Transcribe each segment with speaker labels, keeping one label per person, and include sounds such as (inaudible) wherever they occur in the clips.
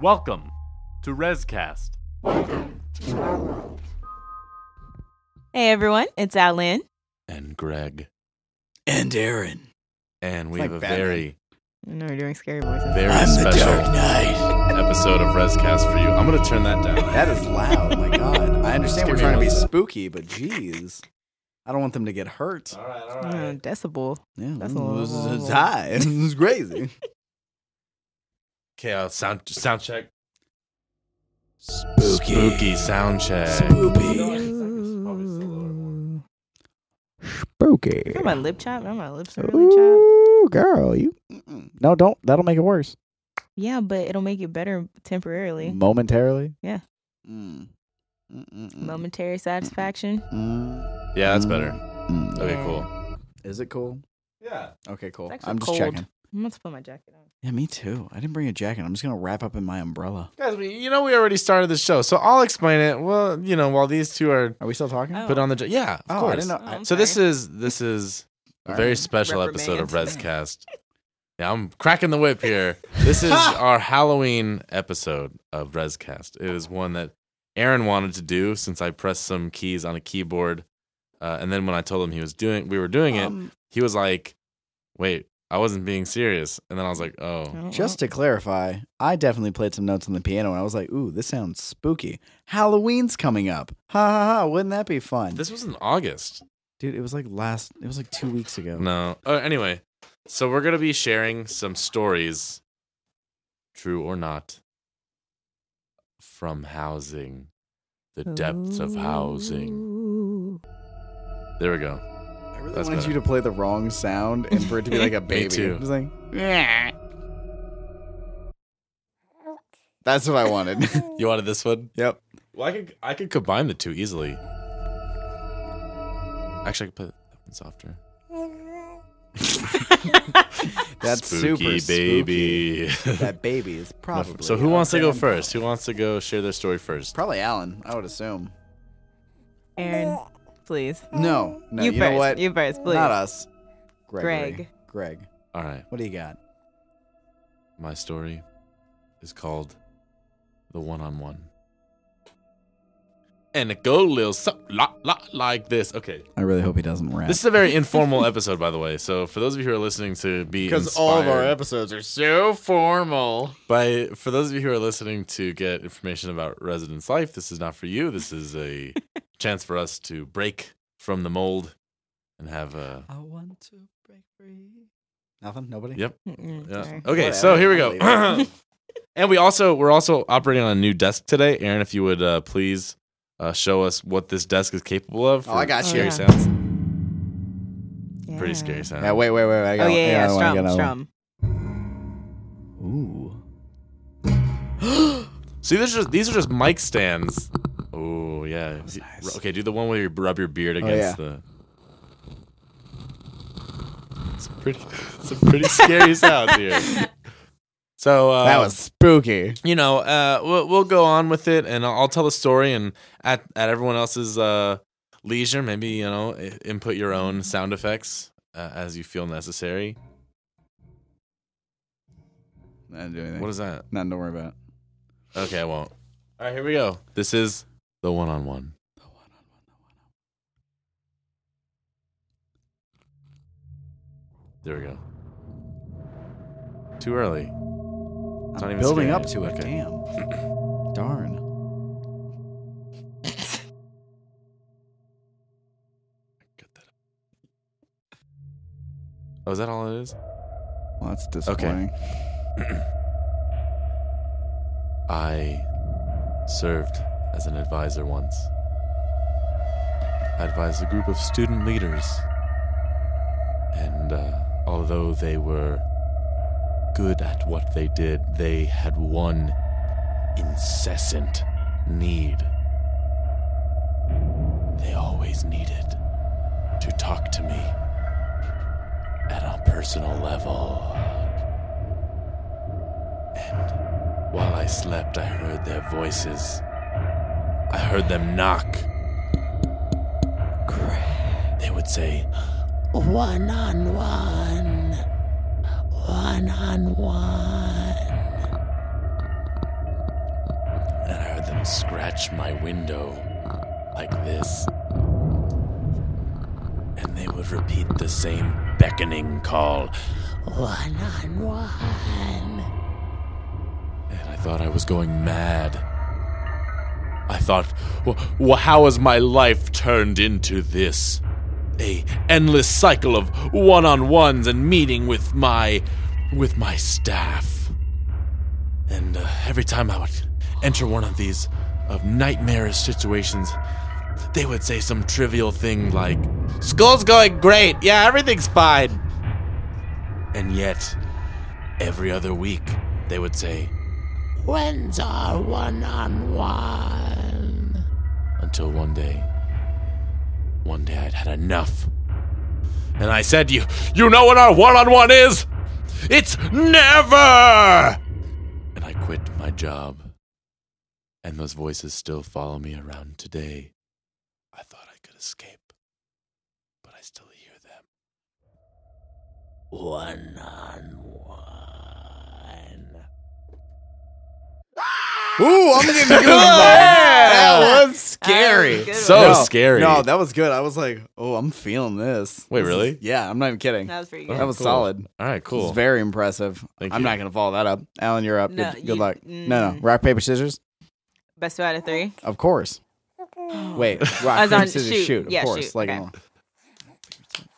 Speaker 1: Welcome to Rescast.
Speaker 2: Hey everyone, it's Alan.
Speaker 1: And Greg.
Speaker 3: and Aaron.
Speaker 1: And we
Speaker 4: It's
Speaker 1: have a
Speaker 4: like Batman.
Speaker 1: very,
Speaker 2: I know we're doing scary voices.
Speaker 1: very
Speaker 3: I'm the Dark
Speaker 1: special
Speaker 3: Knight.
Speaker 1: episode of Rescast for you. I'm going to turn that down.
Speaker 4: (laughs) That is
Speaker 3: (laughs)
Speaker 4: loud. My God. I
Speaker 1: Just
Speaker 4: understand we're
Speaker 1: give me
Speaker 4: trying to
Speaker 1: one
Speaker 4: be
Speaker 1: sec.
Speaker 4: spooky, but geez. I don't want them to get hurt.
Speaker 1: all right, all
Speaker 2: Oh, decibel.
Speaker 4: Yeah,
Speaker 2: That's
Speaker 4: that's
Speaker 2: a
Speaker 4: this is-
Speaker 2: little-
Speaker 4: this is high. (laughs) This is crazy.
Speaker 1: Okay, uh, sound, sound check.
Speaker 3: Spooky.
Speaker 1: Spooky sound check.
Speaker 3: Spoopy.
Speaker 2: Ooh.
Speaker 4: Spooky.
Speaker 2: Talking about lip chop. Not my lips are really chopped.
Speaker 4: girl, you. Mm-mm. No, don't. That'll make it worse.
Speaker 2: Yeah, but it'll make it better temporarily.
Speaker 4: Momentarily.
Speaker 2: Yeah.
Speaker 4: Mm. Mm-mm-mm.
Speaker 2: Momentary satisfaction.
Speaker 4: Mm.
Speaker 1: Yeah, that's better.
Speaker 4: Mm.
Speaker 1: Okay,
Speaker 2: Yeah.
Speaker 1: cool.
Speaker 4: Is it cool?
Speaker 1: Yeah.
Speaker 4: Okay, cool.
Speaker 2: actually
Speaker 4: I'm just
Speaker 2: cold.
Speaker 4: checking.
Speaker 2: I'm about to put my jacket on.
Speaker 4: Yeah, me too. I didn't bring a jacket. I'm just gonna wrap up in my umbrella.
Speaker 1: Guys, we, you know we already started the show, so I'll explain it. Well, you know, while these two are
Speaker 4: Are we still talking?
Speaker 2: Oh.
Speaker 1: put on the j- yeah, of
Speaker 4: Oh, I
Speaker 1: course.
Speaker 4: didn't know-
Speaker 2: Oh, I'm
Speaker 1: So this
Speaker 2: sorry.
Speaker 1: is this is a
Speaker 4: All
Speaker 1: very
Speaker 4: right.
Speaker 1: special episode of
Speaker 2: Reprimand.
Speaker 1: Rescast. Yeah, I'm cracking the whip here.
Speaker 2: (laughs)
Speaker 1: This is our Halloween episode of Rescast. It is one that Aaron wanted to do since I pressed some keys on a keyboard, uh, and then when I told him he was doing, we were doing
Speaker 2: Oh.
Speaker 1: it.
Speaker 4: Um,
Speaker 1: he was like, "Wait, I wasn't being serious," and then I was like, "Oh,
Speaker 2: Oh,
Speaker 4: Just to clarify, I definitely played some notes on the piano and I was like, ooh, this sounds spooky. Halloween's coming up. Ha ha ha, wouldn't that be fun?
Speaker 1: this was in August."
Speaker 4: Dude, it was like last, it was like two weeks ago.
Speaker 1: No. Uh, anyway, so we're gonna be sharing some stories, true or not, from housing, the
Speaker 2: oh.
Speaker 1: depths of housing.
Speaker 2: Ooh.
Speaker 1: There we go.
Speaker 4: I really
Speaker 1: That's
Speaker 4: wanted
Speaker 1: better.
Speaker 4: you to play the wrong sound and for it to
Speaker 1: (laughs)
Speaker 4: be like a baby.
Speaker 1: too.
Speaker 4: It was like, "Yeah." That's what I wanted. (laughs)
Speaker 1: You wanted this one?
Speaker 4: yep.
Speaker 1: Well, I could I could combine the two easily. Actually, I could put that one softer.
Speaker 4: That's
Speaker 1: Spooky
Speaker 4: super
Speaker 1: baby.
Speaker 4: spooky.
Speaker 1: (laughs)
Speaker 4: That baby is (laughs) probably.
Speaker 1: so who wants to go
Speaker 4: out there.
Speaker 1: first? Who wants to go share their story first?
Speaker 4: Probably Alan, I would assume.
Speaker 2: Aaron, please.
Speaker 4: No, no, Mm, you,
Speaker 2: you, first.
Speaker 4: know what?
Speaker 2: You first, please.
Speaker 4: Not us. Gregory.
Speaker 2: Greg.
Speaker 4: Greg.
Speaker 1: All right.
Speaker 4: What do you got?
Speaker 1: My story is called The One on One. And it go a little something lot, lot like this. Okay.
Speaker 4: I really hope he doesn't rap.
Speaker 1: This is a very
Speaker 3: (laughs)
Speaker 1: informal episode, by the way. So for those of you who are listening to be
Speaker 3: Because all of our
Speaker 1: inspired
Speaker 3: episodes are so formal.
Speaker 1: by for those of you who are listening to get information about residence life, this is not for you. This is
Speaker 3: (laughs)
Speaker 1: a chance for us to break from the mold and have a
Speaker 3: Oh.
Speaker 4: I want to break free. Nothing. Nobody.
Speaker 1: Yep.
Speaker 2: Mm-mm,
Speaker 1: Yeah.
Speaker 2: sorry.
Speaker 1: Okay,
Speaker 4: Whatever,
Speaker 1: so here we
Speaker 4: I'll
Speaker 1: (laughs) go. and we also we're also operating on a new desk today. Aaron, if you would uh, please uh, show us what this desk is capable of.
Speaker 4: Oh, I
Speaker 1: for
Speaker 4: got
Speaker 2: you.
Speaker 1: Scary
Speaker 2: Oh, yeah.
Speaker 1: sounds. Pretty
Speaker 2: Yeah.
Speaker 1: scary sounds.
Speaker 4: Yeah. Wait. Wait. Wait. wait I got
Speaker 2: Oh yeah,
Speaker 4: one.
Speaker 2: yeah,
Speaker 4: I
Speaker 2: yeah.
Speaker 4: got one, I got
Speaker 2: Strum,
Speaker 4: another
Speaker 2: strum.
Speaker 4: one.
Speaker 1: See, this is just, these are just mic stands. Oh yeah.
Speaker 4: was nice. Oh,
Speaker 1: Okay, do the one where you rub your beard against the. It's pretty. (laughs) Some pretty scary sounds
Speaker 4: (laughs)
Speaker 1: here. So uh,
Speaker 4: Ooh. That was spooky.
Speaker 1: you know, uh, we'll we'll go on with it, and I'll, I'll tell the story, and at at everyone else's uh, leisure, maybe you know, i- input your own sound effects uh, as you feel necessary.
Speaker 4: I didn't do anything.
Speaker 1: What is that?
Speaker 4: Nothing to worry about.
Speaker 1: Okay, I won't. All right, here we go. This is the one on one. There we go. Too early. not
Speaker 4: I'm
Speaker 1: even
Speaker 4: building
Speaker 1: scary
Speaker 4: up
Speaker 1: yet.
Speaker 4: to it.
Speaker 1: Okay.
Speaker 4: Damn. Darn.
Speaker 1: Cut that out. Oh, is that all it is?
Speaker 4: Well, that's
Speaker 1: (laughs)
Speaker 4: disappointing.
Speaker 1: I served as an advisor once. I advised a group of student leaders. And uh, although they were good at what they did, they had one incessant need. They always needed to talk to me at a personal level. And while I slept, I heard their voices. I heard them knock. They would say, one on one. One on one. scratch my window like this. And they would repeat the same beckoning call one on one. And I thought I was going mad. I thought, "Wh- wh- how has my life turned into this? A endless cycle of one-on-ones and meeting with my, with my staff. And uh, every time I would enter one of these of nightmarish situations, they would say some trivial thing like, "School's going great. Yeah, everything's fine." And yet, every other week, they would say, "When's our one-on-one?" Until one day, one day I'd had enough. And I said, "You you know what our one-on-one is? It's never!" and I quit my job. And those voices still follow me around today. I thought I could escape, but I still hear them. One on one.
Speaker 4: Ooh, I'm (laughs)
Speaker 1: (laughs)
Speaker 4: getting goosebumps. that was scary.
Speaker 2: That was a good
Speaker 1: So
Speaker 2: one.
Speaker 4: No,
Speaker 1: scary.
Speaker 4: No, that was good. I was like, oh, I'm feeling this.
Speaker 1: Wait,
Speaker 4: This is-
Speaker 1: really?
Speaker 4: yeah, I'm not even kidding.
Speaker 2: That
Speaker 4: That
Speaker 2: was pretty
Speaker 1: Oh,
Speaker 2: good.
Speaker 4: was
Speaker 1: cool.
Speaker 4: solid.
Speaker 1: All right,
Speaker 4: It
Speaker 1: cool.
Speaker 4: was very impressive.
Speaker 1: Thank
Speaker 4: I'm
Speaker 1: you.
Speaker 4: not going to follow that up. Alan, you're up.
Speaker 2: No,
Speaker 4: good
Speaker 2: you-
Speaker 4: good luck. No, no.
Speaker 2: mm.
Speaker 4: Rock, paper, scissors?
Speaker 2: Best two out of three.
Speaker 4: Of course.
Speaker 2: (gasps)
Speaker 4: Wait, rock,
Speaker 2: was
Speaker 4: paper,
Speaker 2: on-
Speaker 4: scissors,
Speaker 2: shoot.
Speaker 4: shoot. Of
Speaker 2: Yeah,
Speaker 4: course.
Speaker 2: shoot.
Speaker 4: Like,
Speaker 2: Okay.
Speaker 4: uh,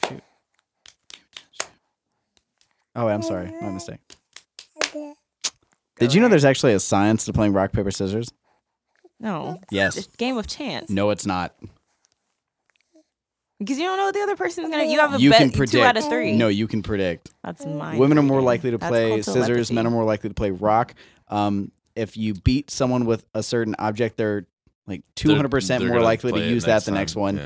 Speaker 4: shoot. Oh, wait, I'm sorry. My mistake. Did you know there's actually a science to playing rock, paper, scissors?
Speaker 2: No.
Speaker 4: Yes.
Speaker 2: It's a game of chance.
Speaker 4: No, it's not.
Speaker 2: Because you don't know what the other person's gonna. You have a
Speaker 4: You
Speaker 2: bet
Speaker 4: can predict.
Speaker 2: two out of three.
Speaker 4: No, you can predict.
Speaker 2: that's mine.
Speaker 4: Women are more likely to
Speaker 2: That's
Speaker 4: play
Speaker 2: called
Speaker 4: scissors. Men
Speaker 2: telepathy.
Speaker 4: are more likely to play rock. Um, if you beat someone with a certain object, they're like two
Speaker 1: They're-
Speaker 4: hundred percent
Speaker 1: they're
Speaker 4: more
Speaker 1: gonna
Speaker 4: likely to
Speaker 1: play it
Speaker 4: use that the next
Speaker 1: time.
Speaker 4: one.
Speaker 1: Yeah.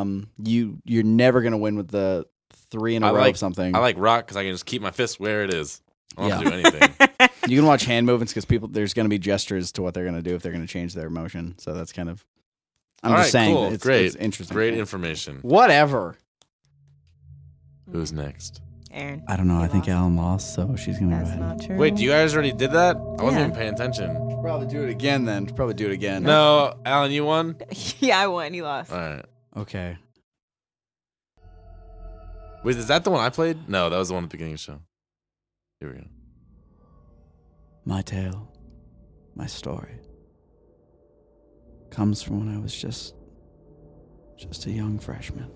Speaker 4: Um, you you're never gonna win with the three in a
Speaker 1: I
Speaker 4: row
Speaker 1: like-
Speaker 4: of something.
Speaker 1: I like rock because I can just keep my fist where it is. I don't have
Speaker 4: Yeah.
Speaker 1: to do anything.
Speaker 4: you can watch hand movements because people there's gonna be gestures to what they're gonna do if they're gonna change their motion. So that's kind of. (laughs) I'm
Speaker 1: All
Speaker 4: just
Speaker 1: right,
Speaker 4: saying,
Speaker 1: cool.
Speaker 4: that it's,
Speaker 1: Great.
Speaker 4: it's interesting.
Speaker 1: Great information.
Speaker 4: Whatever.
Speaker 1: Who's next?
Speaker 2: (laughs) Aaron.
Speaker 4: I don't know.
Speaker 2: You
Speaker 4: I think
Speaker 2: lost.
Speaker 4: Alan lost, so she's gonna go
Speaker 2: That's
Speaker 4: ahead.
Speaker 2: not true.
Speaker 1: Wait, do you guys already did that? I wasn't
Speaker 2: Yeah.
Speaker 1: even paying attention.
Speaker 4: Probably do it again then. Probably do it again.
Speaker 1: No, Alan, you won.
Speaker 2: (laughs) yeah, I won. You lost.
Speaker 1: All right.
Speaker 4: Okay.
Speaker 1: Wait, is that the one I played? No, that was the one at the beginning of the show. Here we go.
Speaker 4: My tale, my story, comes from when I was just, just a young freshman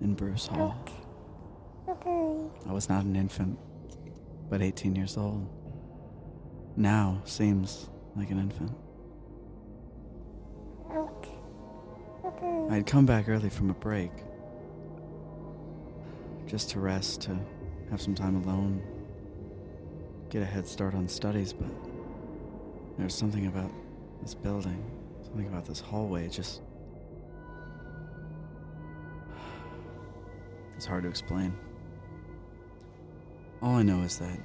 Speaker 4: in Bruce Hall. I was not an infant, but 18 years old. Now seems like an infant. I had come back early from a break, just to rest, to have some time alone, get a head start on studies, but there's something about this building, something about this hallway, it just. (sighs) It's hard to explain. All I know is that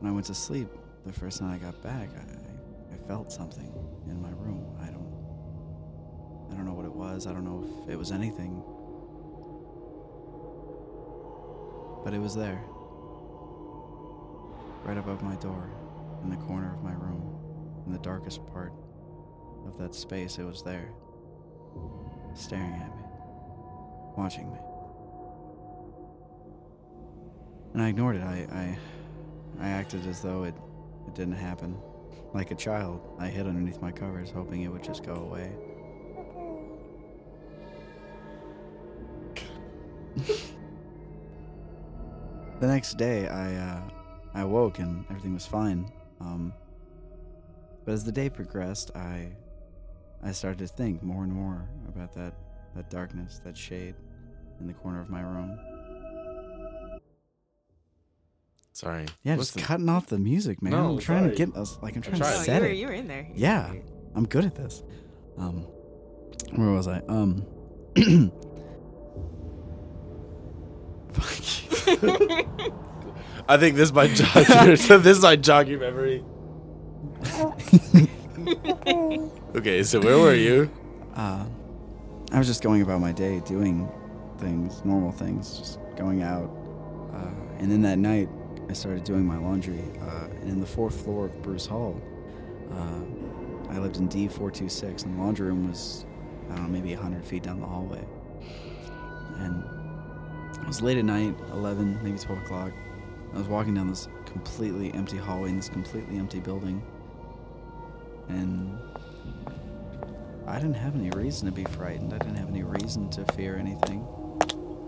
Speaker 4: when I went to sleep the first night I got back, I, I felt something in my room. I don't. I don't know what it was. I don't know if it was anything. But it was there right above my door, in the corner of my room, in the darkest part of that space, it was there, staring at me, watching me. And I ignored it. I, I, I acted as though it, it didn't happen. Like a child, I hid underneath my covers, hoping it would just go away. the next day, I, uh, I woke and everything was fine. Um, but as the day progressed, I I started to think more and more about that that darkness, that shade in the corner of my room.
Speaker 1: Sorry.
Speaker 4: Yeah,
Speaker 1: Listen,
Speaker 4: just cutting off the music, man.
Speaker 1: No,
Speaker 4: I'm trying to
Speaker 1: sorry.
Speaker 4: get us like I'm trying
Speaker 1: tried.
Speaker 4: to
Speaker 2: No, you
Speaker 4: set
Speaker 2: were,
Speaker 4: it.
Speaker 2: Oh, you were in there.
Speaker 4: Yeah. I'm good at this. Um, where was I? Um, (clears throat) fuck.
Speaker 1: I think this (laughs) might jog your, this might jog your
Speaker 4: (laughs)
Speaker 1: memory. okay, so where were you?
Speaker 4: Uh, I was just going about my day, doing things, normal things, just going out. Uh, and then that night, I started doing my laundry. Uh, and in the fourth floor of Bruce Hall, Uh, I lived in D426, and the laundry room was, I don't know, maybe 100 feet down the hallway. And it was late at night, 11, maybe 12 o'clock. I was walking down this completely empty hallway in this completely empty building. And I didn't have any reason to be frightened. I didn't have any reason to fear anything.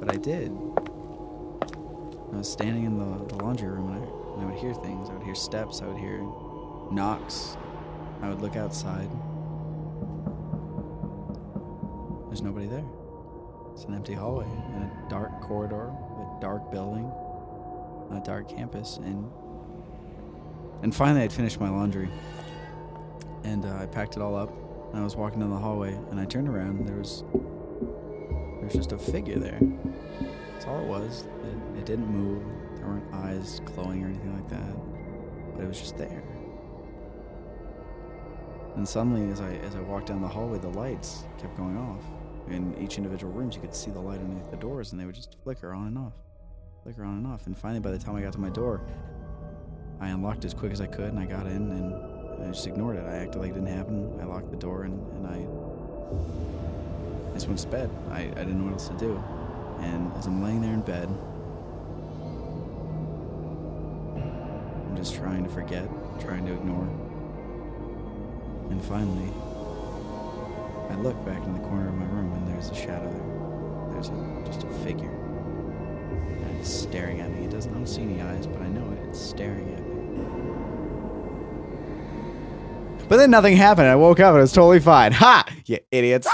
Speaker 4: But I did. I was standing in the, the laundry room and I, and I would hear things. I would hear steps. I would hear knocks. I would look outside. There's nobody there. It's an empty hallway and a dark corridor, a dark building, a dark campus, and and finally I'd finished my laundry. And uh, I packed it all up, and I was walking down the hallway, and I turned around, and there was there's just a figure there. That's all it was. It, it didn't move. There weren't eyes glowing or anything like that, but it was just there. And suddenly, as I as I walked down the hallway, the lights kept going off. In each individual rooms, you could see the light underneath the doors, and they would just flicker on and off, flicker on and off. And finally, by the time I got to my door, I unlocked as quick as I could, and I got in, and I just ignored it. I acted like it didn't happen. I locked the door, and, and I I just went to bed. I, I didn't know what else to do. And as I'm laying there in bed, I'm just trying to forget, trying to ignore. And finally, I look back in the corner of my room and there's a shadow there. There's a, just a figure. And it's staring at me. It doesn't I don't see any eyes, but I know it. It's staring at me. But then nothing happened. I woke up and it was totally fine. Ha! You idiots.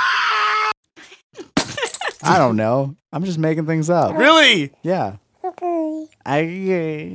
Speaker 4: I don't know. I'm just making things up.
Speaker 1: (laughs) Really?
Speaker 4: Yeah. I,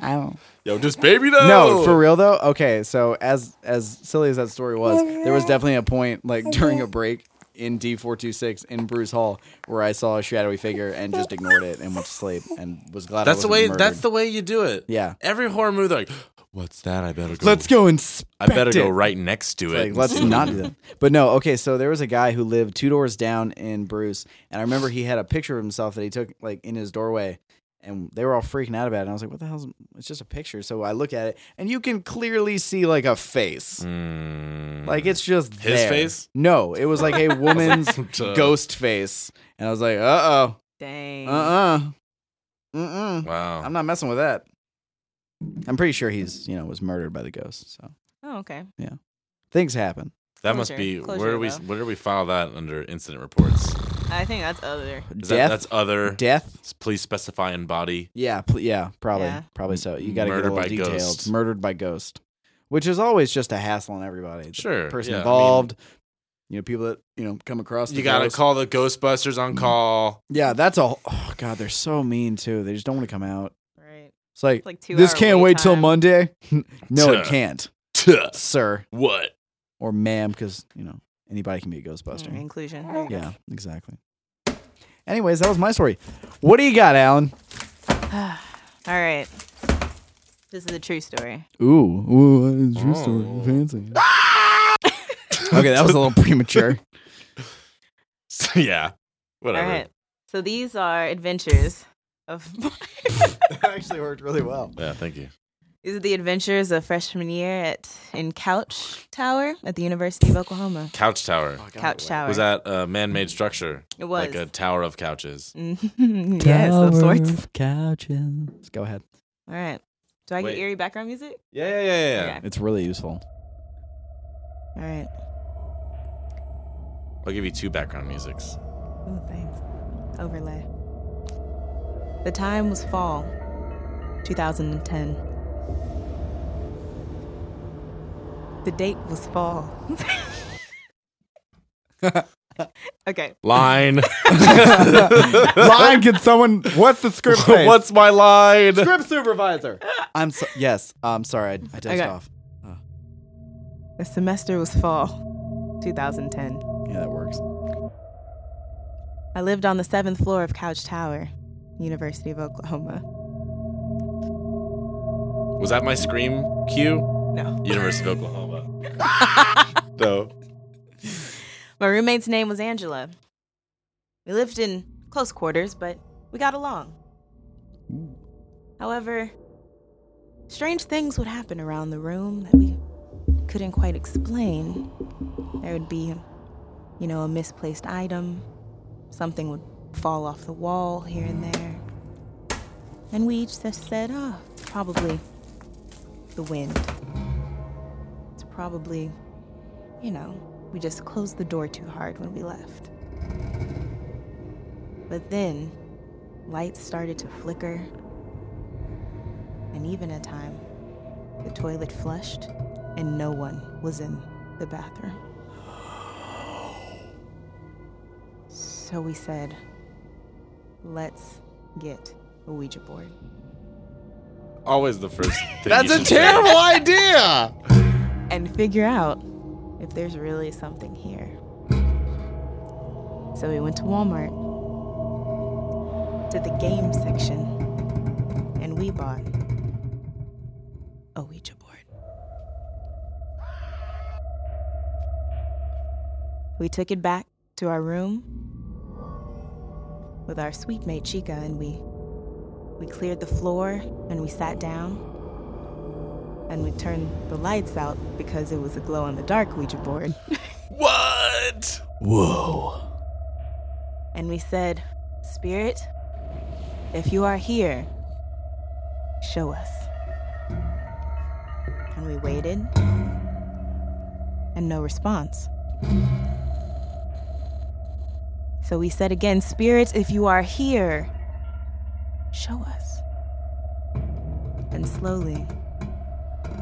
Speaker 4: I don't.
Speaker 1: Yo, just baby though.
Speaker 4: No, for real though. Okay, so as as silly as that story was, there was definitely a point like during a break in D four two six in Bruce Hall where I saw a shadowy figure and just ignored it and went to sleep and was glad.
Speaker 1: That's
Speaker 4: I
Speaker 1: the
Speaker 4: wasn't
Speaker 1: way.
Speaker 4: Murdered.
Speaker 1: That's the way you do it.
Speaker 4: yeah.
Speaker 1: Every horror movie, they're like, what's that? I better go.
Speaker 4: Let's go inspect.
Speaker 1: I better go
Speaker 4: it.
Speaker 1: right next to it.
Speaker 4: Like, let's not do that. But no, okay. So there was a guy who lived two doors down in Bruce, and I remember he had a picture of himself that he took like in his doorway, and they were all freaking out about it. And I was like, "What the hell's? It's just a picture." So I look at it, and you can clearly see like a face.
Speaker 1: Mm.
Speaker 4: Like it's just
Speaker 1: His
Speaker 4: there.
Speaker 1: face?
Speaker 4: No, it was like
Speaker 1: (laughs)
Speaker 4: a woman's
Speaker 1: Duh.
Speaker 4: ghost face, and I was like, "Uh oh,
Speaker 2: Dang.
Speaker 4: uh uh, mm mm."
Speaker 1: Wow.
Speaker 4: I'm not messing with that. I'm pretty sure he's you know was murdered by the ghost. So
Speaker 2: Oh, okay.
Speaker 4: things happen.
Speaker 1: that must
Speaker 2: Closure.
Speaker 1: be where
Speaker 2: Closure,
Speaker 1: do we
Speaker 2: though.
Speaker 1: where do we file that under incident reports?
Speaker 2: I think that's other.
Speaker 1: Is that,
Speaker 4: death,
Speaker 1: that's other.
Speaker 4: death.
Speaker 1: Please specify in body.
Speaker 4: Yeah, pl- yeah, probably,
Speaker 2: Yeah.
Speaker 4: probably so. You got to get
Speaker 1: Murder
Speaker 4: a little
Speaker 1: by
Speaker 4: detailed.
Speaker 1: ghost.
Speaker 4: Murdered by ghost, which is always just a hassle on everybody. The
Speaker 1: Sure,
Speaker 4: person
Speaker 1: yeah, I mean-
Speaker 4: involved. you know, people that you know come across. The
Speaker 1: You gotta
Speaker 4: ghost. Mm.
Speaker 1: call the Ghostbusters on call.
Speaker 4: Yeah, that's all. Oh god, they're so mean too. They just don't want to come out.
Speaker 2: Right.
Speaker 4: It's like
Speaker 2: It's like two
Speaker 4: this
Speaker 2: hour
Speaker 4: can't wait till
Speaker 2: time.
Speaker 4: Monday. (laughs)
Speaker 1: Tuh.
Speaker 4: no, it can't, sir
Speaker 1: (laughs) What?
Speaker 4: or ma'am, because you know anybody can be a Ghostbuster.
Speaker 2: Mm, inclusion.
Speaker 4: Yeah, exactly. Anyways, that was my story. What do you got, Alan?
Speaker 2: All right. This is a true story.
Speaker 4: Ooh, ooh, it's your story.
Speaker 1: Oh.
Speaker 4: Fancy. (laughs) okay, that was (laughs) a little premature.
Speaker 1: yeah. Whatever.
Speaker 2: All right. So these are adventures of. (laughs)
Speaker 4: that actually worked really well.
Speaker 1: Yeah, thank you.
Speaker 2: these are the adventures of freshman year at in Couch Tower at the University of Oklahoma.
Speaker 1: Couch
Speaker 4: Oh,
Speaker 1: tower.
Speaker 2: Couch Tower.
Speaker 1: Was that a man-made structure?
Speaker 2: It was.
Speaker 1: like a tower of couches.
Speaker 2: Mhm. (laughs) yes, of sorts.
Speaker 4: Couches. Go ahead.
Speaker 2: All right. Do I
Speaker 1: Wait.
Speaker 2: get eerie background music?
Speaker 1: Yeah, yeah, yeah, yeah.
Speaker 2: Okay.
Speaker 4: It's really useful.
Speaker 2: All right.
Speaker 1: I'll give you two background musics.
Speaker 2: Ooh, thanks. Overlay. The time was fall, 2010. The date was fall. okay.
Speaker 1: Line. (laughs)
Speaker 4: line, can someone? What's the script? (laughs) say?
Speaker 1: What's my line?
Speaker 4: script supervisor? I'm so, yes. I'm sorry. I, I dozed
Speaker 2: Okay.
Speaker 4: off.
Speaker 2: The semester was fall, 2010.
Speaker 4: Yeah, that works.
Speaker 2: I lived on the seventh floor of Couch Tower, University of Oklahoma.
Speaker 1: Was that my scream cue?
Speaker 2: No.
Speaker 1: University of Oklahoma. no.
Speaker 2: My roommate's name was Angela. We lived in close quarters, but we got along. However, strange things would happen around the room that we couldn't quite explain. There would be, you know, a misplaced item, something would fall off the wall here and there. And we each just said, ah, it's probably the wind. It's probably, you know, we just closed the door too hard when we left. But then, lights started to flicker, and even at time, the toilet flushed, and no one was in the bathroom. So we said, let's get a Ouija board.
Speaker 1: Always the first thing.
Speaker 3: That's
Speaker 1: you
Speaker 3: a
Speaker 1: should say.
Speaker 4: (laughs)
Speaker 3: terrible idea.
Speaker 2: and figure out if there's really something here. So we went to Walmart, to the game section, and we bought a Ouija board. We took it back to our room with our sweet mate Chica, and we we cleared the floor and we sat down and we turned the lights out because it was a glow in the dark Ouija board.
Speaker 3: What? Whoa.
Speaker 2: And we said, Spirit, if you are here, show us. And we waited, and no response. So we said again, Spirit, if you are here, show us. And slowly,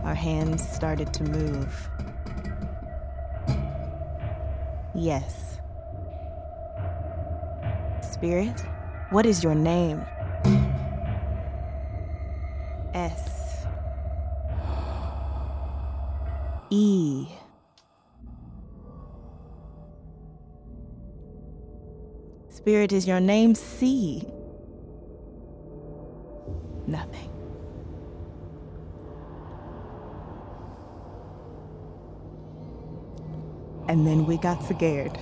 Speaker 2: our hands started to move. Yes. Spirit, what is your name? S. E. Spirit, is your name C? Nothing. And then we got scared (laughs)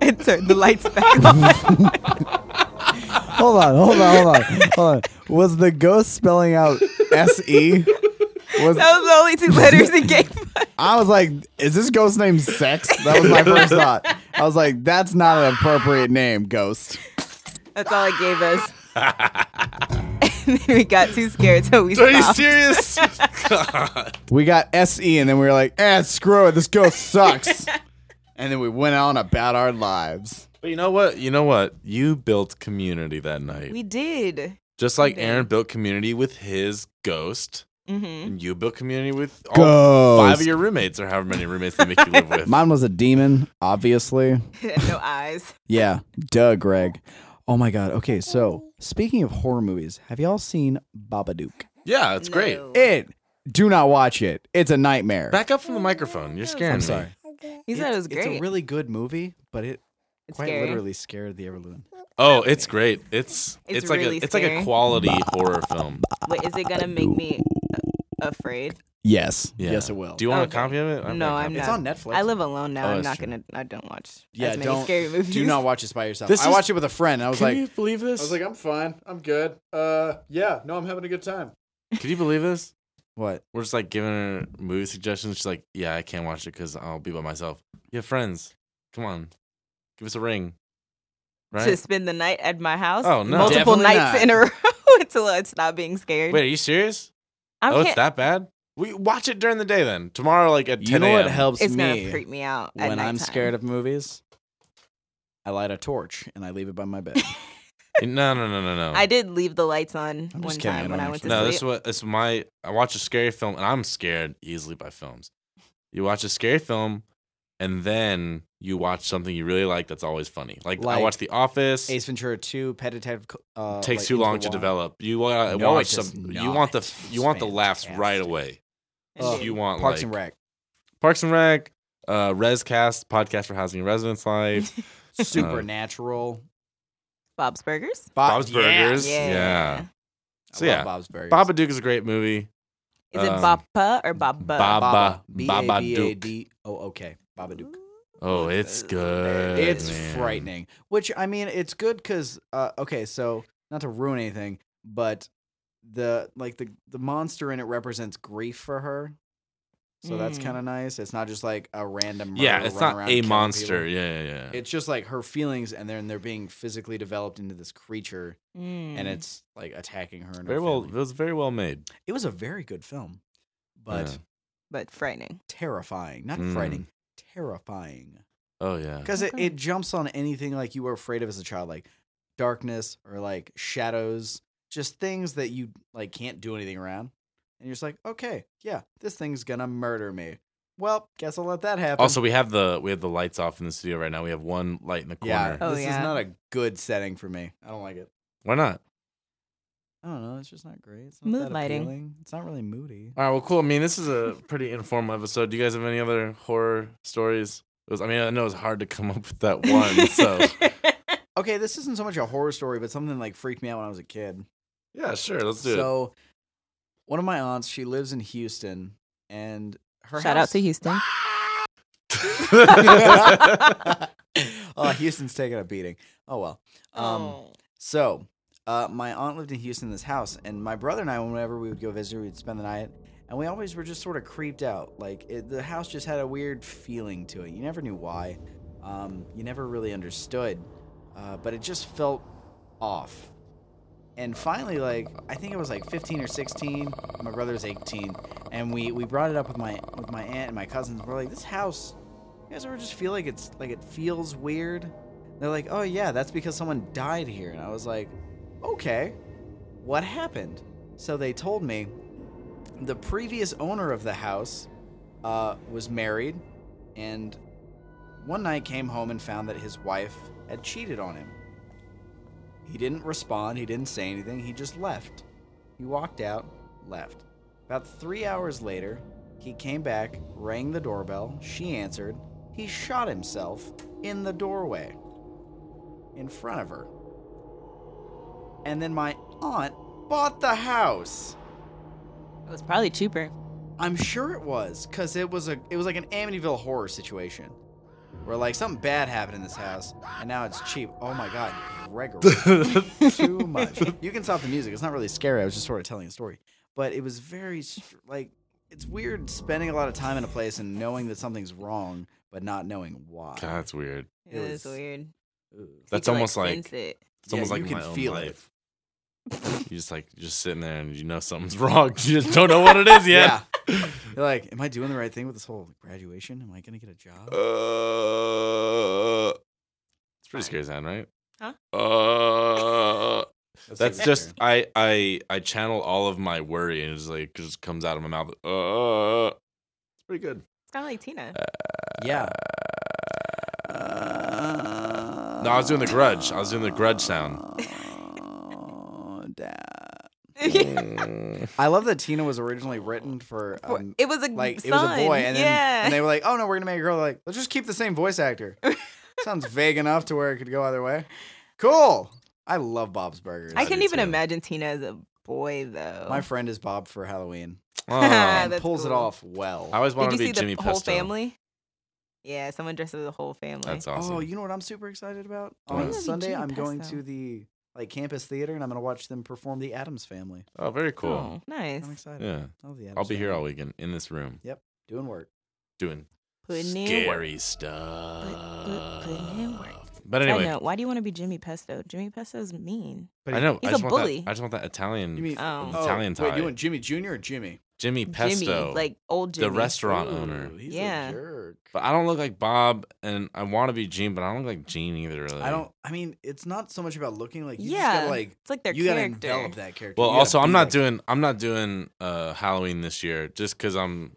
Speaker 2: and turned the lights back on.
Speaker 4: Hold on, hold on, hold on, hold on. Was the ghost spelling out S E? Was
Speaker 2: That was the only two letters he gave.
Speaker 4: (laughs)
Speaker 2: us.
Speaker 4: I was like, is this ghost named Sex? That was my first thought. I was like, that's not an appropriate name, ghost.
Speaker 2: That's all it gave us. (laughs) and then we got too scared, so we
Speaker 1: Are you
Speaker 2: stopped. (laughs)
Speaker 1: serious?
Speaker 4: We got S E, and then we were like, eh, screw it, this ghost sucks. and then we went on about our lives.
Speaker 1: but you know what? You know what? You built community that night.
Speaker 2: We did.
Speaker 1: Just like
Speaker 2: did.
Speaker 1: Aaron built community with his ghost,
Speaker 2: Mm-hmm. (laughs)
Speaker 1: and you built community with all five
Speaker 4: Ghost.
Speaker 1: of your roommates, or however many roommates they make you live with.
Speaker 4: Mine was a demon, obviously.
Speaker 2: no eyes.
Speaker 4: Yeah, duh, Greg. Oh my god. Okay, so speaking of horror movies, have y'all seen Babadook?
Speaker 1: yeah, it's great.
Speaker 2: No.
Speaker 4: It. Do not watch it. It's a nightmare.
Speaker 1: Back up from the microphone. You're scaring
Speaker 4: I'm
Speaker 1: me.
Speaker 4: sorry.
Speaker 2: He said it was great.
Speaker 4: It's a really good movie, but it
Speaker 2: It's
Speaker 4: quite
Speaker 2: scary.
Speaker 4: literally scared the Everloon.
Speaker 1: Oh, it's great. It's
Speaker 2: It's
Speaker 1: it's, like
Speaker 2: really
Speaker 1: a it's like a
Speaker 2: scary.
Speaker 1: quality horror film.
Speaker 2: Wait, is it gonna make me a- afraid?
Speaker 4: Yes.
Speaker 1: Yeah.
Speaker 4: (laughs) Yes, it will.
Speaker 1: Do you want
Speaker 2: Okay.
Speaker 1: a copy of it? I've
Speaker 2: No,
Speaker 1: got a
Speaker 2: I'm
Speaker 1: copy.
Speaker 2: not.
Speaker 4: it's on Netflix.
Speaker 2: I live alone now.
Speaker 1: Oh,
Speaker 2: I'm
Speaker 1: that's
Speaker 2: not
Speaker 1: true.
Speaker 2: gonna. I don't watch
Speaker 4: yeah,
Speaker 2: as many
Speaker 4: don't
Speaker 2: scary movies.
Speaker 4: do not watch this by yourself.
Speaker 1: This
Speaker 4: I
Speaker 1: is-
Speaker 4: watched it with a friend. I was
Speaker 1: Can
Speaker 4: like,
Speaker 1: you believe this?
Speaker 4: I'm fine. I'm good. Uh, yeah, no, I'm having a good time.
Speaker 1: Could you believe this?
Speaker 4: What?
Speaker 1: We're just like giving her movie suggestions. She's like, "Yeah, I can't watch it because I'll be by myself." You have friends. Come on, give us a ring,
Speaker 2: (laughs)
Speaker 1: right?
Speaker 2: To spend the night at my house.
Speaker 1: Oh, no.
Speaker 2: Multiple
Speaker 4: Definitely
Speaker 2: nights
Speaker 4: not.
Speaker 2: in a row (laughs) until I stop being scared.
Speaker 1: Wait, are you serious?
Speaker 2: I
Speaker 1: oh, it's
Speaker 2: can't-
Speaker 1: that bad. We watch it during the day then. Tomorrow, like at
Speaker 4: You
Speaker 1: ten
Speaker 4: know
Speaker 1: a.m.
Speaker 4: what helps
Speaker 2: It's
Speaker 4: me
Speaker 2: gonna freak me out at
Speaker 4: when I'm
Speaker 2: nighttime.
Speaker 4: scared of movies? I light a torch and I leave it by my bed.
Speaker 1: No, no, no, no, no.
Speaker 2: I did leave the lights on
Speaker 4: I'm just
Speaker 2: one
Speaker 4: kidding, I
Speaker 2: time when
Speaker 4: don't
Speaker 2: I went to
Speaker 1: no, this is
Speaker 2: sleep.
Speaker 1: what this is my. I watch a scary film, and I'm scared easily by films. You watch a scary film, and then you watch something you really like that's always funny. Like, I
Speaker 4: Like
Speaker 1: watch The Office.
Speaker 4: (laughs) Ace Ventura 2, Pet Detective. Uh,
Speaker 1: takes
Speaker 4: like,
Speaker 1: too
Speaker 4: Into
Speaker 1: long
Speaker 4: the
Speaker 1: to
Speaker 4: Wild.
Speaker 1: develop. You want
Speaker 4: No, it
Speaker 1: watch
Speaker 4: does
Speaker 1: some. You
Speaker 4: not.
Speaker 1: want the you want the
Speaker 4: It's
Speaker 1: laughs right
Speaker 4: fantastic.
Speaker 1: away.
Speaker 4: Oh,
Speaker 1: you want
Speaker 4: Parks
Speaker 1: like,
Speaker 4: and (laughs) Rec.
Speaker 1: Parks and Rec, uh, ResCast, podcast for housing and residence life,
Speaker 4: (laughs) Uh, Supernatural.
Speaker 2: Bob's Burgers.
Speaker 4: Bob-
Speaker 1: Bob's Burgers.
Speaker 2: Yeah.
Speaker 1: Yeah.
Speaker 4: I
Speaker 1: So
Speaker 4: love
Speaker 1: yeah.
Speaker 4: Bob's Burgers.
Speaker 1: Babadook is a great movie.
Speaker 2: Is it
Speaker 1: Um,
Speaker 2: Bappa or Babba?
Speaker 1: Bob- Baba-
Speaker 4: B A B A D O O K. Babadook.
Speaker 1: Oh, it's good.
Speaker 4: It's
Speaker 1: man.
Speaker 4: frightening. Which I mean, it's good because uh, okay, so not to ruin anything, but the like the the monster in it represents grief for her. So that's
Speaker 2: Mm.
Speaker 4: kind of nice. It's not just like a random
Speaker 1: yeah,
Speaker 4: murderer
Speaker 1: it's
Speaker 4: running
Speaker 1: not
Speaker 4: around
Speaker 1: a
Speaker 4: killing
Speaker 1: monster.
Speaker 4: people.
Speaker 1: Yeah, yeah, yeah.
Speaker 4: It's just like her feelings, and then they're being physically developed into this creature,
Speaker 2: Mm,
Speaker 4: and it's like attacking her. And
Speaker 1: Mm. very
Speaker 4: her
Speaker 1: well. It
Speaker 4: family.
Speaker 1: was very well made.
Speaker 4: It was a very good film, but
Speaker 1: Yeah.
Speaker 2: but frightening.
Speaker 4: terrifying. Not
Speaker 1: Mm.
Speaker 4: frightening, terrifying.
Speaker 1: Oh yeah.
Speaker 4: Because it,
Speaker 2: Okay.
Speaker 4: it jumps on anything like you were afraid of as a child, like darkness or like shadows, just things that you like can't do anything around. And you're just like, okay, yeah, this thing's gonna murder me. Well, guess I'll let that happen.
Speaker 1: Also, we have the we have the lights off in the studio right now. We have one light in the
Speaker 4: yeah,
Speaker 1: corner.
Speaker 2: Oh,
Speaker 4: this
Speaker 2: yeah.
Speaker 4: is not a good setting for me. I don't like it.
Speaker 1: Why not?
Speaker 4: I don't know. It's just not great. It's not
Speaker 2: Mood
Speaker 4: that
Speaker 2: lighting.
Speaker 4: appealing. It's not really moody.
Speaker 1: All right. Well, cool. I mean, this is a pretty informal episode. Do you guys have any other horror stories? It was, I mean, I know it's hard to come up with that (laughs)
Speaker 2: (laughs)
Speaker 1: one. So
Speaker 4: Okay, this isn't so much a horror story, but something like freaked me out when I was a kid.
Speaker 1: yeah, sure. Let's do it.
Speaker 4: so, one of my aunts, she lives in Houston, and her
Speaker 2: shout out
Speaker 4: house,
Speaker 2: to Houston.
Speaker 4: (laughs) oh, Houston's taking a beating. Oh well. Um, So, uh, my aunt lived in Houston in this house, and my brother and I, whenever we would go visit, her, we'd spend the night, and we always were just sort of creeped out. Like it, the house just had a weird feeling to it. You never knew why. Um, you never really understood, uh, but it just felt off. And finally, like I think I was like 15 or 16. My brother was 18, and we we brought it up with my with my aunt and my cousins. We're like, this house, you guys ever just feel like it's like it feels weird? They're like, oh yeah, that's because someone died here. And I was like, okay, what happened? So they told me the previous owner of the house uh, was married and one night came home and found that his wife had cheated on him. He didn't respond, he didn't say anything, he just left. He walked out, left. About three hours later, he came back, rang the doorbell, she answered, he shot himself in the doorway in front of her. And then my aunt bought the house.
Speaker 2: It was probably cheaper.
Speaker 4: I'm sure it was, cause it was a it was like an Amityville horror situation. Where like something bad happened in this house, and now it's cheap. Oh my god, Gregory. Too much. You can stop the music. It's not really scary. I was just sort of telling a story. But it was very str- like it's weird spending a lot of time in a place and knowing that something's wrong, but not knowing why.
Speaker 1: God, that's weird.
Speaker 2: It,
Speaker 4: It
Speaker 2: was,
Speaker 4: was-
Speaker 2: weird.
Speaker 1: That's
Speaker 2: You could,
Speaker 1: almost like
Speaker 2: sense it.
Speaker 1: it's almost
Speaker 4: Yeah,
Speaker 1: like
Speaker 4: you can
Speaker 1: my own
Speaker 4: feel it.
Speaker 1: life. you just like you're just sitting there and you know something's (laughs) wrong. You just don't know what it
Speaker 4: (laughs)
Speaker 1: is yet.
Speaker 4: You're like, am I doing the right thing with this whole graduation? Am I gonna get a job?
Speaker 1: Uh, it's pretty scary, sound, right?
Speaker 2: Huh? (laughs)
Speaker 1: Uh,
Speaker 4: like
Speaker 1: that's
Speaker 4: the
Speaker 1: just
Speaker 4: scary.
Speaker 1: I I I channel all of my worry and it just like just comes out of my mouth. Uh, it's pretty good.
Speaker 2: It's kind of like Tina. (laughs)
Speaker 4: yeah.
Speaker 1: No, I was doing the grudge. I was doing the grudge sound.
Speaker 2: (laughs)
Speaker 4: Oh, dad. I love that Tina was originally written for
Speaker 2: For-
Speaker 4: um,
Speaker 2: it was a
Speaker 4: like
Speaker 2: son.
Speaker 4: it was a boy, and then
Speaker 2: yeah.
Speaker 4: and they were like, oh no, we're gonna make a girl. They're like, let's just keep the same voice
Speaker 2: (laughs)
Speaker 4: actor. Sounds vague enough to where it could go either way. Cool. I love Bob's Burgers.
Speaker 2: I
Speaker 1: I
Speaker 2: couldn't
Speaker 1: do
Speaker 2: even
Speaker 1: too.
Speaker 2: imagine Tina as a boy though.
Speaker 4: My friend is Bob
Speaker 1: (laughs)
Speaker 4: for Halloween.
Speaker 1: Aw.
Speaker 2: That's
Speaker 4: Pulls it
Speaker 2: cool.
Speaker 4: off well.
Speaker 1: I always
Speaker 2: Did
Speaker 1: wanted
Speaker 2: you
Speaker 1: to be
Speaker 2: see the
Speaker 1: Jimmy
Speaker 2: whole
Speaker 1: Pesto.
Speaker 2: family? Yeah, someone dressed as the whole family.
Speaker 1: That's uh, awesome.
Speaker 4: Oh, you know what I'm super excited about?
Speaker 1: What?
Speaker 4: On
Speaker 1: Ooh,
Speaker 4: Sunday,
Speaker 2: Gina
Speaker 4: I'm going
Speaker 2: Pesto.
Speaker 4: to the like campus theater and I'm going to watch them perform the Adams Family.
Speaker 1: oh, very
Speaker 2: Oh,
Speaker 1: cool.
Speaker 2: nice.
Speaker 4: I'm excited.
Speaker 1: Yeah,
Speaker 4: I love the
Speaker 1: I'll
Speaker 4: Addams
Speaker 1: be here
Speaker 4: Family.
Speaker 1: all weekend in this room
Speaker 4: doing work.
Speaker 1: doing
Speaker 2: Putting in work.
Speaker 1: scary stuff.
Speaker 2: putting in work.
Speaker 1: But
Speaker 2: Side
Speaker 1: anyway,
Speaker 2: note, why do you want to be Jimmy Pesto? Jimmy Pesto's mean.
Speaker 1: I know.
Speaker 2: He's
Speaker 1: I
Speaker 2: a
Speaker 1: just want
Speaker 2: bully.
Speaker 1: That, I just want that Italian,
Speaker 4: You mean
Speaker 2: Oh.
Speaker 1: the Mm. Italian
Speaker 4: wait,
Speaker 1: tie.
Speaker 4: you want Jimmy Jr. or Jimmy?
Speaker 1: Jimmy Pesto,
Speaker 2: Jimmy, like old Jimmy.
Speaker 1: the restaurant owner.
Speaker 4: Ooh, he's
Speaker 2: Yeah.
Speaker 4: a jerk.
Speaker 1: But I don't look like Bob, and I want to be Gene, but I don't look like Gene either. Really.
Speaker 4: I don't. I mean, it's not so much about looking like you
Speaker 2: Yeah.
Speaker 4: just gotta like
Speaker 2: It's like their
Speaker 4: you gotta
Speaker 2: character.
Speaker 4: develop that character.
Speaker 1: Well,
Speaker 4: You gotta
Speaker 1: also, I'm
Speaker 4: be
Speaker 1: not
Speaker 4: like-
Speaker 1: doing. I'm not doing uh, Halloween this year, just because I'm.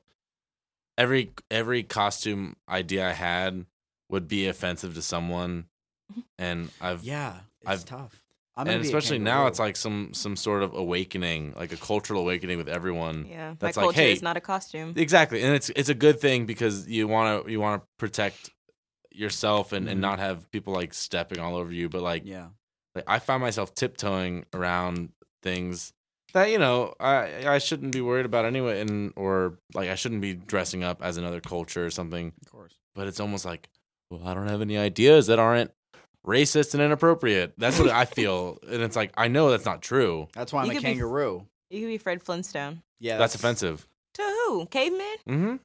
Speaker 1: Every every costume idea I had would be offensive to someone,
Speaker 2: (laughs)
Speaker 1: and I've
Speaker 4: Yeah, it's
Speaker 1: I've-
Speaker 4: tough. I'm gonna
Speaker 1: and
Speaker 4: be a
Speaker 1: especially now it's
Speaker 4: kangaroo.
Speaker 1: like some some sort of awakening, like a cultural awakening with everyone.
Speaker 2: Yeah,
Speaker 1: That's
Speaker 2: my
Speaker 1: like,
Speaker 2: culture
Speaker 1: hey,
Speaker 2: is not a costume.
Speaker 1: Exactly, and it's it's a good thing because you want to you want to protect yourself and, and
Speaker 4: Mhm.
Speaker 1: not have people like stepping all over you. But like,
Speaker 4: yeah.
Speaker 1: like I find myself tiptoeing around things that you know I I shouldn't be worried about anyway, and or like I shouldn't be dressing up as another culture or something.
Speaker 4: Of course.
Speaker 1: But it's almost like, well, I don't have any ideas that aren't (laughs) racist and inappropriate. That's what I feel, and it's like I know that's not true.
Speaker 4: That's why I'm
Speaker 2: You
Speaker 4: a
Speaker 2: could be-
Speaker 4: kangaroo.
Speaker 2: You could be Fred Flintstone.
Speaker 4: Yeah,
Speaker 1: That's offensive.
Speaker 2: To who? Cavemen?
Speaker 1: Mm-hmm.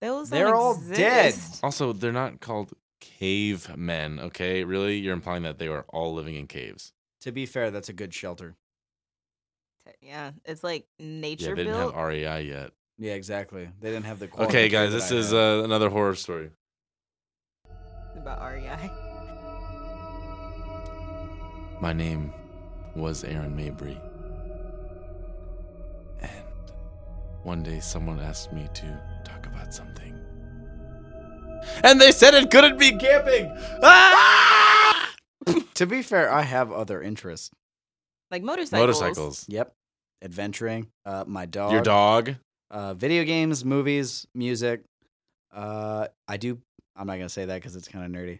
Speaker 2: Those
Speaker 5: They're
Speaker 2: don't
Speaker 5: all dead.
Speaker 2: exist.
Speaker 1: Also, they're not called cavemen, okay? Really? You're implying that they were all living in caves.
Speaker 5: To be fair, that's a good shelter.
Speaker 2: Te- Yeah, it's like
Speaker 1: Yeah,
Speaker 2: nature
Speaker 1: they didn't
Speaker 2: built.
Speaker 1: have REI yet.
Speaker 5: Yeah, exactly. They didn't have the.
Speaker 1: Okay,
Speaker 5: qualification
Speaker 1: guys,
Speaker 5: that
Speaker 1: this
Speaker 5: I
Speaker 1: is
Speaker 5: had.
Speaker 1: uh, another horror story.
Speaker 2: (laughs) about E REI.
Speaker 1: My name was Aaron Mabry. And one day someone asked me to talk about something. And they said it couldn't be camping! Ah!
Speaker 4: to be fair, I have other interests.
Speaker 2: Like motorcycles.
Speaker 1: Motorcycles.
Speaker 4: Yep, adventuring. Uh, my dog.
Speaker 1: Your dog.
Speaker 4: Uh, video games, movies, music. Uh, I do. I'm not gonna say that because it's kind of nerdy.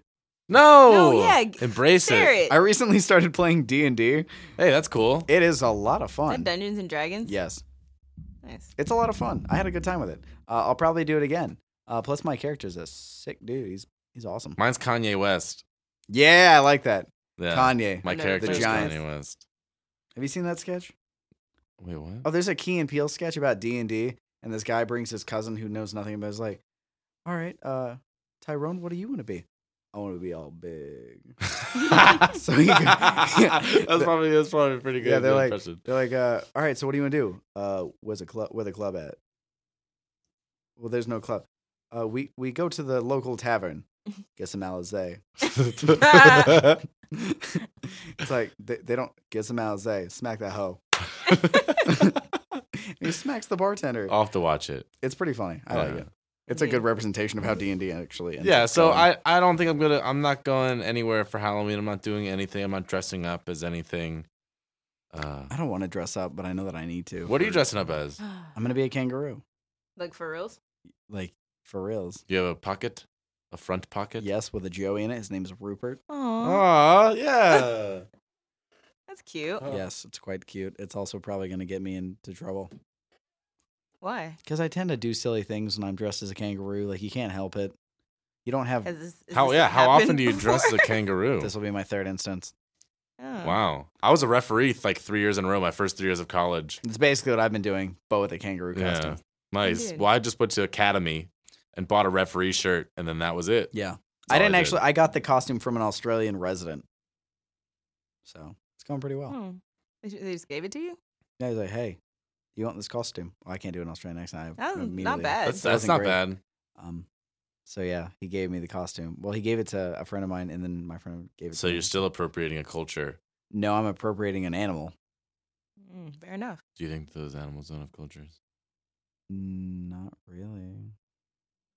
Speaker 1: No!
Speaker 2: No, yeah, g-
Speaker 1: Embrace
Speaker 2: Share
Speaker 1: it.
Speaker 2: it.
Speaker 4: I recently (laughs) started playing D and D.
Speaker 1: Hey, that's cool.
Speaker 4: It is a lot of
Speaker 2: Is that
Speaker 4: fun.
Speaker 2: Dungeons and Dragons?
Speaker 4: Yes,
Speaker 2: Nice.
Speaker 4: it's a lot of fun. I had a good time with it. Uh, I'll probably do it again. Uh, plus, my character's a sick dude. He's he's awesome.
Speaker 1: Mine's Kanye West.
Speaker 4: Yeah, I like that.
Speaker 1: Yeah.
Speaker 4: Kanye.
Speaker 1: My
Speaker 2: The
Speaker 1: character is
Speaker 4: giant.
Speaker 1: Kanye West.
Speaker 4: Have you seen that sketch?
Speaker 1: Wait, what? (laughs)
Speaker 4: Oh, there's a Key and Peele sketch about D and D, and this guy brings his cousin who knows nothing about. Is like, all right, uh, Tyrone, what do you want to be? I want to be all big. So you go- yeah.
Speaker 1: that's probably that's probably a pretty good.
Speaker 4: Yeah, they're like-
Speaker 1: impression.
Speaker 4: They're like, uh, all right, so what do you want to do? Uh, where's a club? Where the club at? Well, there's no club. Uh, we we go to the
Speaker 1: (laughs)
Speaker 4: local tavern. Get some Alizé. (laughs) it's like they, they don't get some Alizé. Smack that hoe. (laughs)
Speaker 1: (laughs)
Speaker 4: And he smacks the bartender.
Speaker 1: (laughs) I'll have to watch it.
Speaker 4: It's pretty funny. I like
Speaker 1: Yeah.
Speaker 4: it. It's a good representation of how D and D actually. ends
Speaker 1: Yeah,
Speaker 4: up
Speaker 1: so
Speaker 4: going.
Speaker 1: I, I don't think I'm gonna I'm not going anywhere for Halloween. I'm not doing anything. I'm not dressing up as anything. Uh,
Speaker 4: I don't want to dress up, but I know that I need to.
Speaker 1: what are you dressing up as?
Speaker 2: (gasps)
Speaker 4: I'm gonna be a kangaroo,
Speaker 2: like for reals?
Speaker 4: like for reals.
Speaker 1: You have a pocket, a front pocket.
Speaker 4: Yes, with a Joey in it. His name's Rupert.
Speaker 1: Oh.
Speaker 2: Aw,
Speaker 1: Aw,
Speaker 4: (laughs)
Speaker 1: yeah.
Speaker 2: that's cute.
Speaker 1: Oh.
Speaker 4: Yes, it's quite cute. It's also probably going to get me into trouble
Speaker 2: Why?
Speaker 4: because I tend to do silly things when I'm dressed as a kangaroo. Like you can't help it. You don't have.
Speaker 2: Has this, has
Speaker 1: How
Speaker 2: this
Speaker 1: yeah? How often
Speaker 2: happened
Speaker 1: do you dress as a
Speaker 2: (laughs)
Speaker 4: (laughs)
Speaker 2: before?
Speaker 1: kangaroo?
Speaker 4: This will be my third instance.
Speaker 2: Oh.
Speaker 1: Wow, I was a referee like three years in a row. My first three years of college.
Speaker 4: It's basically what I've been doing, but with a kangaroo costume.
Speaker 1: Nice.
Speaker 2: Indeed.
Speaker 1: Well, I just went to academy and bought a referee shirt, and then that was it.
Speaker 4: Yeah,
Speaker 1: That's all
Speaker 4: I didn't
Speaker 1: did.
Speaker 4: actually. I got the costume from an Australian resident, so it's going pretty well.
Speaker 2: Hmm. They ju- they just gave it to you?
Speaker 4: Yeah, he's like, "Hey, you want this costume?" Well, I can't do an Australian accent. I
Speaker 2: That was not
Speaker 4: immediately-
Speaker 2: bad.
Speaker 1: That's,
Speaker 4: That
Speaker 1: that's
Speaker 4: wasn't
Speaker 1: not
Speaker 4: great.
Speaker 1: bad.
Speaker 4: Um, so yeah, he gave me the costume. Well, he gave it to a friend of mine, and then my friend gave it.
Speaker 1: So
Speaker 4: to
Speaker 1: you're
Speaker 4: me.
Speaker 1: still appropriating a culture.
Speaker 4: no, I'm appropriating an animal.
Speaker 2: Mm, fair enough.
Speaker 1: Do you think those animals don't have cultures?
Speaker 4: Mm, Not really.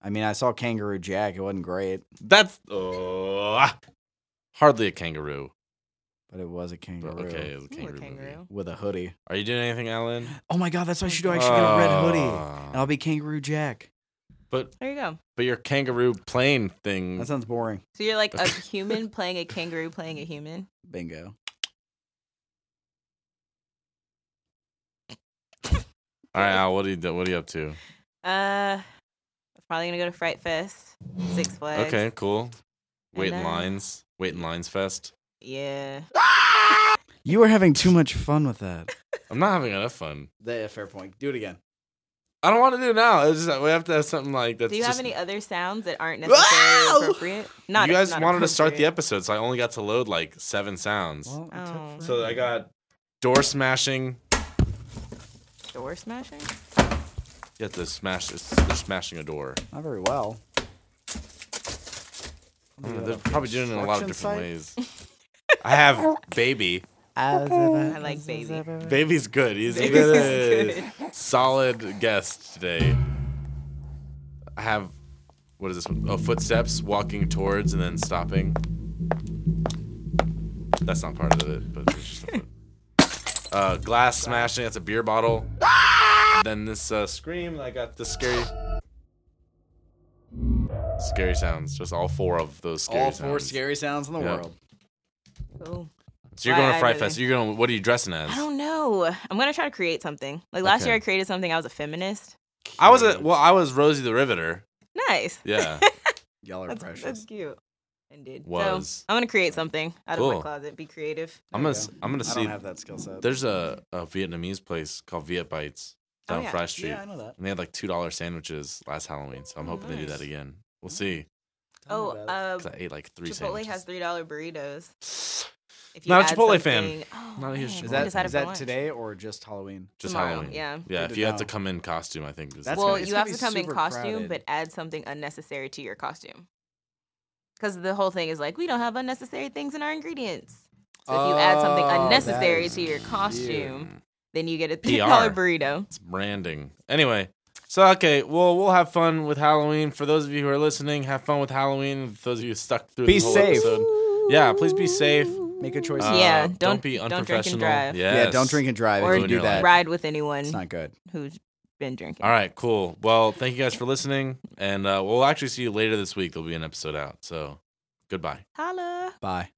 Speaker 4: I mean, I saw Kangaroo Jack. It wasn't great,
Speaker 1: That's oh, hardly a kangaroo.
Speaker 4: but it was a
Speaker 1: But
Speaker 4: kangaroo
Speaker 1: okay, it's
Speaker 2: Ooh,
Speaker 1: a
Speaker 2: a
Speaker 1: kangaroo. movie.
Speaker 2: kangaroo.
Speaker 4: with a hoodie.
Speaker 1: Are you doing anything, Alan?
Speaker 4: Oh my god, Oh. that's what I should do. I
Speaker 2: Oh,
Speaker 4: should get a red hoodie, and
Speaker 1: hoodie.
Speaker 4: I'll be Kangaroo Jack.
Speaker 1: But
Speaker 2: There you go.
Speaker 1: but your kangaroo plane thing.
Speaker 4: That sounds boring.
Speaker 2: So you're
Speaker 1: (laughs)
Speaker 2: like a human playing a kangaroo playing a human.
Speaker 4: Bingo.
Speaker 1: All right, Al. What are you do- what are you up to?
Speaker 2: Uh, probably gonna go to Fright Fest, Six Flags.
Speaker 1: Okay, cool. Wait in
Speaker 2: then-
Speaker 1: lines. Wait in lines fest.
Speaker 2: Yeah.
Speaker 4: You were having too much fun with (laughs) that.
Speaker 1: I'm not having enough fun.
Speaker 4: yeah, fair point. Do it again.
Speaker 1: I don't want to do it now. It's just, we have to have something like that's.
Speaker 2: Do you
Speaker 1: just,
Speaker 2: have any other sounds that aren't necessarily appropriate? Not.
Speaker 1: you guys
Speaker 2: not
Speaker 1: wanted to start the
Speaker 2: appropriate.
Speaker 1: episode, so I only got to load like seven sounds.
Speaker 4: Well, it took
Speaker 2: Oh.
Speaker 1: So I
Speaker 4: forever.
Speaker 1: got door smashing.
Speaker 2: door smashing.
Speaker 1: You have to smash. it's- They're smashing a door.
Speaker 4: not very well.
Speaker 1: I don't know, they're probably doing it in a lot of different
Speaker 4: Construction
Speaker 1: ways. I have baby.
Speaker 2: I like baby.
Speaker 1: Baby's good. He's
Speaker 2: Baby's
Speaker 1: been a solid guest today. I have what is this one? Oh, footsteps walking towards and then stopping. That's not part of it, but it's just a foot.
Speaker 4: (laughs)
Speaker 1: uh, glass smashing. That's a beer bottle.
Speaker 4: Ah!
Speaker 1: then this uh, scream. I got the scary. Scary sounds, just all four of those scary
Speaker 4: All
Speaker 1: sounds.
Speaker 4: four scary sounds in the
Speaker 1: Yeah.
Speaker 4: world.
Speaker 2: Cool.
Speaker 1: So you're
Speaker 2: Why
Speaker 1: going to
Speaker 2: I
Speaker 1: Fright
Speaker 2: really-
Speaker 1: Fest. You're going. What are you dressing as?
Speaker 2: Oh, I don't know. I'm gonna try to create something. Like last
Speaker 1: Okay.
Speaker 2: year, I created something. I was a feminist.
Speaker 1: I was a well. I was Rosie the Riveter.
Speaker 2: Nice.
Speaker 1: Yeah.
Speaker 2: (laughs)
Speaker 4: Y'all are
Speaker 2: That's,
Speaker 4: precious.
Speaker 2: that's cute. and did.
Speaker 1: Was.
Speaker 2: So I'm gonna create something out of
Speaker 1: Cool.
Speaker 2: my closet. Be creative.
Speaker 1: I'm
Speaker 5: There
Speaker 1: gonna
Speaker 5: you
Speaker 1: s- I'm gonna
Speaker 5: I
Speaker 1: see.
Speaker 5: don't have that skill set.
Speaker 1: There's a, a Vietnamese place called Viet Bites
Speaker 2: Oh,
Speaker 1: down
Speaker 2: yeah.
Speaker 1: Fry Street,
Speaker 5: know that.
Speaker 1: and they had like two dollar sandwiches last Halloween. So I'm hoping they do that
Speaker 2: Nice.
Speaker 1: again. We'll see.
Speaker 2: Oh, uh,
Speaker 1: 'Cause I ate like three.
Speaker 2: Chipotle has three dollar burritos.
Speaker 1: has
Speaker 5: (sighs)
Speaker 2: If
Speaker 1: Not a
Speaker 2: add
Speaker 1: Chipotle fan.
Speaker 2: something- Oh,
Speaker 1: Not a huge
Speaker 2: man,
Speaker 5: is
Speaker 1: Chipotle
Speaker 2: we
Speaker 1: fan.
Speaker 5: that,
Speaker 2: decided
Speaker 5: is
Speaker 2: for
Speaker 5: that
Speaker 2: lunch.
Speaker 5: today or just Halloween?
Speaker 1: just
Speaker 2: tomorrow,
Speaker 1: Halloween.
Speaker 2: yeah.
Speaker 1: yeah.
Speaker 5: Good
Speaker 1: If
Speaker 5: to
Speaker 1: you have
Speaker 5: know.
Speaker 1: to come in costume, I think is
Speaker 5: That's
Speaker 1: what-
Speaker 2: well,
Speaker 5: gonna- it's
Speaker 2: you
Speaker 5: gonna
Speaker 2: have
Speaker 5: be
Speaker 2: to come in
Speaker 5: super
Speaker 2: costume,
Speaker 5: crowded.
Speaker 2: but add something unnecessary to your costume. Because the whole thing is like, we don't have unnecessary things in our ingredients. So if you add something
Speaker 5: Oh, that
Speaker 2: unnecessary
Speaker 5: is
Speaker 2: to your costume,
Speaker 1: Mm,
Speaker 2: then you get a
Speaker 1: PR.
Speaker 2: three dollar burrito.
Speaker 1: It's branding. Anyway, so okay, well we'll have fun with Halloween. For those of you who are listening, have fun with Halloween. For those of you stuck through
Speaker 5: Be
Speaker 1: the whole
Speaker 5: safe.
Speaker 1: episode, yeah, please be safe.
Speaker 5: Make a choice.
Speaker 1: Uh,
Speaker 2: yeah,
Speaker 1: don't,
Speaker 2: don't,
Speaker 1: be
Speaker 2: don't drink and
Speaker 1: unprofessional.
Speaker 2: drive.
Speaker 1: Uh, Yes.
Speaker 5: Yeah, don't drink and drive.
Speaker 2: Or
Speaker 5: if you do
Speaker 1: Ruin your
Speaker 5: that.
Speaker 2: Ride with anyone
Speaker 5: It's not good.
Speaker 2: who's been drinking.
Speaker 1: All right, cool. Well, thank you guys for listening, and uh, we'll actually see you later this week. There'll be an episode out. So, goodbye.
Speaker 2: Holla.
Speaker 5: Bye.